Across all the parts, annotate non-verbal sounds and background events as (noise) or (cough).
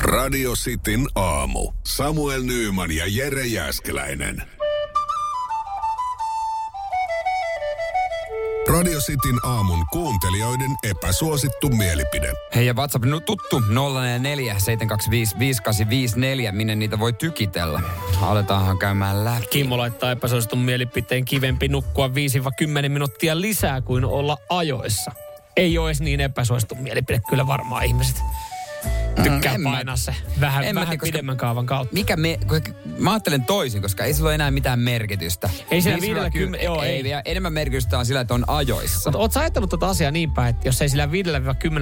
Radio Cityn aamu. Samuel Nyyman ja Jere Jäskeläinen. Radio Cityn aamun kuuntelijoiden epäsuosittu mielipide. Hei ja WhatsApp, no tuttu 044 725 5854, minne niitä voi tykitellä. Aletaanhan käymään läpi. Kimmo laittaa epäsuositun mielipiteen kivempi nukkua 5-10 minuuttia lisää kuin olla ajoissa. Ei ole edes niin epäsuosittu mielipide, kyllä varmaan ihmiset tykkää en mm, mä- painaa se vähän, en vähän mä tiedä, tiedä, koska- pidemmän kaavan kautta. Mikä me, koska mä ajattelen toisin, koska ei sillä ole enää mitään merkitystä. Ei sillä 5-10 50 joo, ei. vielä. enemmän merkitystä on sillä, että on ajoissa. Mutta ootko ajatellut tätä asiaa niin päin, että jos ei sillä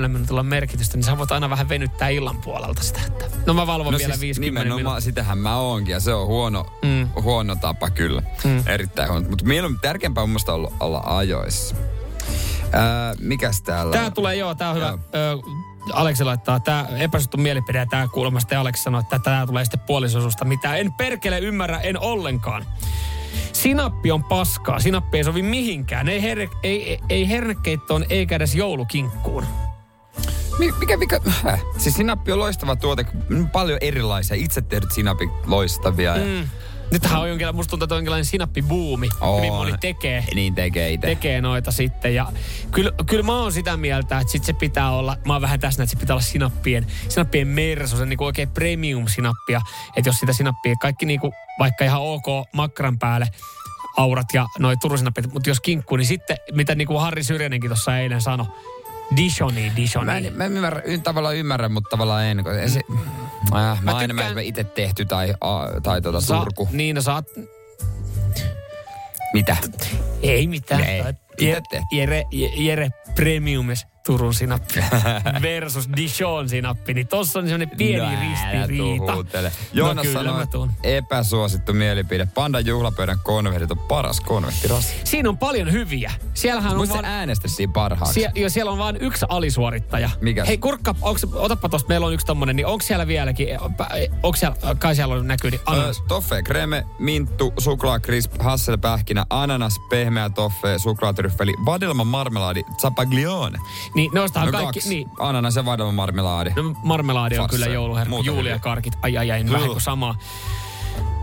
5-10 minuutilla ole merkitystä, niin sä voit aina vähän venyttää illan puolelta sitä. Että no mä valvon vielä 50 siis nimenomaan minuuttia. sitähän mä oonkin ja se on huono, Mm. mm. huono tapa kyllä. Mm. Erittäin huono. Mutta mieluummin tärkeämpää on mun mielestä olla, olla ajoissa. Ää, mikäs täällä Tää on? tulee, joo, tää on hyvä. Joo. Ö, Aleksi laittaa tää epäsuttu mielipide ja tää kuulemasta. Ja Aleksi sanoo, että tää tulee sitten puolisosusta, mitä en perkele ymmärrä, en ollenkaan. Sinappi on paskaa. Sinappi ei sovi mihinkään. Ei, her, ei, ei- ei hernekeittoon eikä edes joulukinkkuun. Mi- Mikä, mikä, häh. Siis sinappi on loistava tuote, m, paljon erilaisia. Itse tehdyt sinapit loistavia. Ja, Mm. Nythän on jonkinlainen, musta tuntuu, että on jonkinlainen sinappibuumi. On. Hyvin moni tekee. Niin tekee itse. Mm. tekee noita sitten. Ja kyllä, kyllä mä oon sitä mieltä, että sit se pitää olla, mä oon vähän tässä, että se pitää olla sinappien, sinappien mersu, se niinku oikein premium-sinappia. Että jos sitä sinappia, kaikki niinku, vaikka ihan ok makkaran päälle, aurat ja noi turusinappit, mutta jos kinkku, niin sitten, mitä niinku Harri Syrjänenkin tuossa eilen sanoi, Dishoni, Dishoni. Mä en, mä en ymmärrä, y- tavallaan ymmärrä, mutta tavallaan en. Kun ei se, äh, mä, mä Mm. tykkään- tykkään... enemmän itse tehty tai, a, tai tuota Sa- Turku. Niin, no saat, Mitä? ei mitään. Ei, Saat- itse Jere, tehty. Jere, Jere Premiumes (laughs) Turun sinappi versus Dijon sinappi, niin tossa on semmoinen pieni No, älä ristiriita. No tuhuuttele. Joonas kyllä sanoi, mä tuun. epäsuosittu mielipide. Pandan juhlapöydän konvehdit on paras No konvehtirasi. Siinä on paljon hyviä. Siellähän on Muista vaan... äänestä siinä parhaaksi. Sie, jo, siellä on vain yksi alisuorittaja. Mikäs? Hei kurkka, onks, otapa tosta, meillä on yksi tommonen, niin onko siellä vieläkin, onko siellä, kai siellä on näkyy, niin Ö, ananas. Toffe, kreme, minttu, suklaakrisp, hasselpähkinä, ananas, pehmeä toffe, suklaatryffeli, vadelma marmeladi, zapaglione. Niin noistahan No no kaikki, kaksi. niin, Ananas ja vadelma marmeladi. no, marmelaadi on Farssa. kyllä jouluherkku, Muuta juulia hyviä. karkit, ai ai ai, vähän Joo. kuin sama,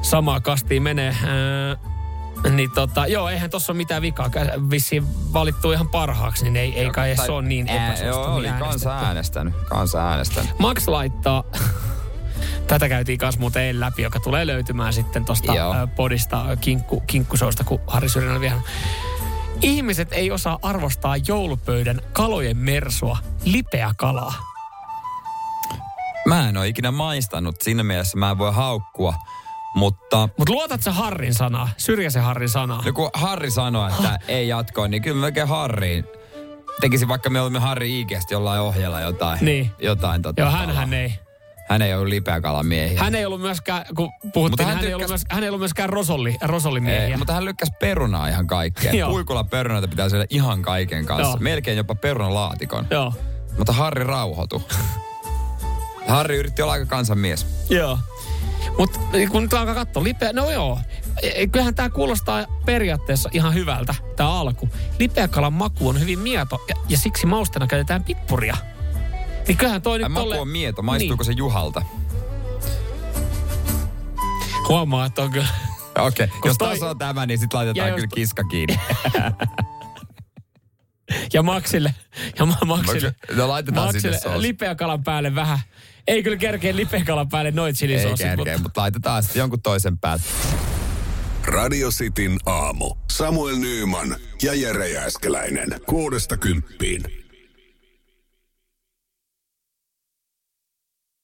samaa kastia menee. Äh, niin tota, joo, eihän tossa ole mitään vikaa. Kä- Vissiin valittu ihan parhaaksi, niin ei, ei kai Tai- se ole niin Ää, Joo, epäsuosittu. oli kansa äänestänyt. Kansa äänestänyt. Max laittaa, (laughs) tätä käytiin kans muuten eilen läpi, joka tulee löytymään sitten tosta Joo. ö, podista ö, kinkku, kinkkusousta, kun Harri Syrjän oli vielä. Ihmiset ei osaa arvostaa joulupöydän kalojen mersua, lipeä kalaa. Mä en ole ikinä maistanut, siinä mielessä mä en voi haukkua. Mutta Mutta luotat sä Harrin sanaa, Syrjäsen Harrin sanaa. no kun Harri sanoi, Ah. että ei jatkoa, niin kyllä mä oikein Harriin tekisin, vaikka me olemme Harri Iikestä jollain ohjella jotain. Niin. jotain tota, Joo, hän, hän ei. hän ei ollut lipeäkalamiehiä. Hän ei ollut myöskään, kun puhuttiin, Mutta hän, hän hän, ei ollut tykkäs- myöskään, hän ei ollut myöskään rosolli, Ei, rosollimiehiä. Eh, mutta hän lykkäsi perunaa ihan kaikkeen. Joo. Puikulla perunoita pitää syödä ihan kaiken kanssa. Joo. Melkein jopa perunalaatikon. Joo. Mutta Harri rauhoitu. Harri yritti olla aika kansanmies. Joo. Mutta kun nyt alkaa katsoa lipeä, no joo. E- Kyllähän tämä kuulostaa periaatteessa ihan hyvältä, tämä alku. Lipeäkalan maku on hyvin mieto ja, ja siksi maustena käytetään pippuria. Niin kyllähän toi Hän nyt maku on mieto, maistuuko niin. se Juhalta? Huomaa, että on kyllä. (laughs) Okei, jos toi- taas on tämä, niin sit laitetaan Ja jos- kyllä kiska (laughs) kiinni. Ja maksille. Ja ma- maksille. Maks- no laitetaan maksille sinne soosi. lipeäkalan päälle vähän. Ei kyllä kerkeä lipeäkalan päälle noit Ei chilisoosit. kerkeä, mutta- mutta laitetaan sitten jonkun toisen päältä. Radio Cityn aamu. Samuel Nyyman ja Jere Jäskeläinen. Kuudesta kymppiin.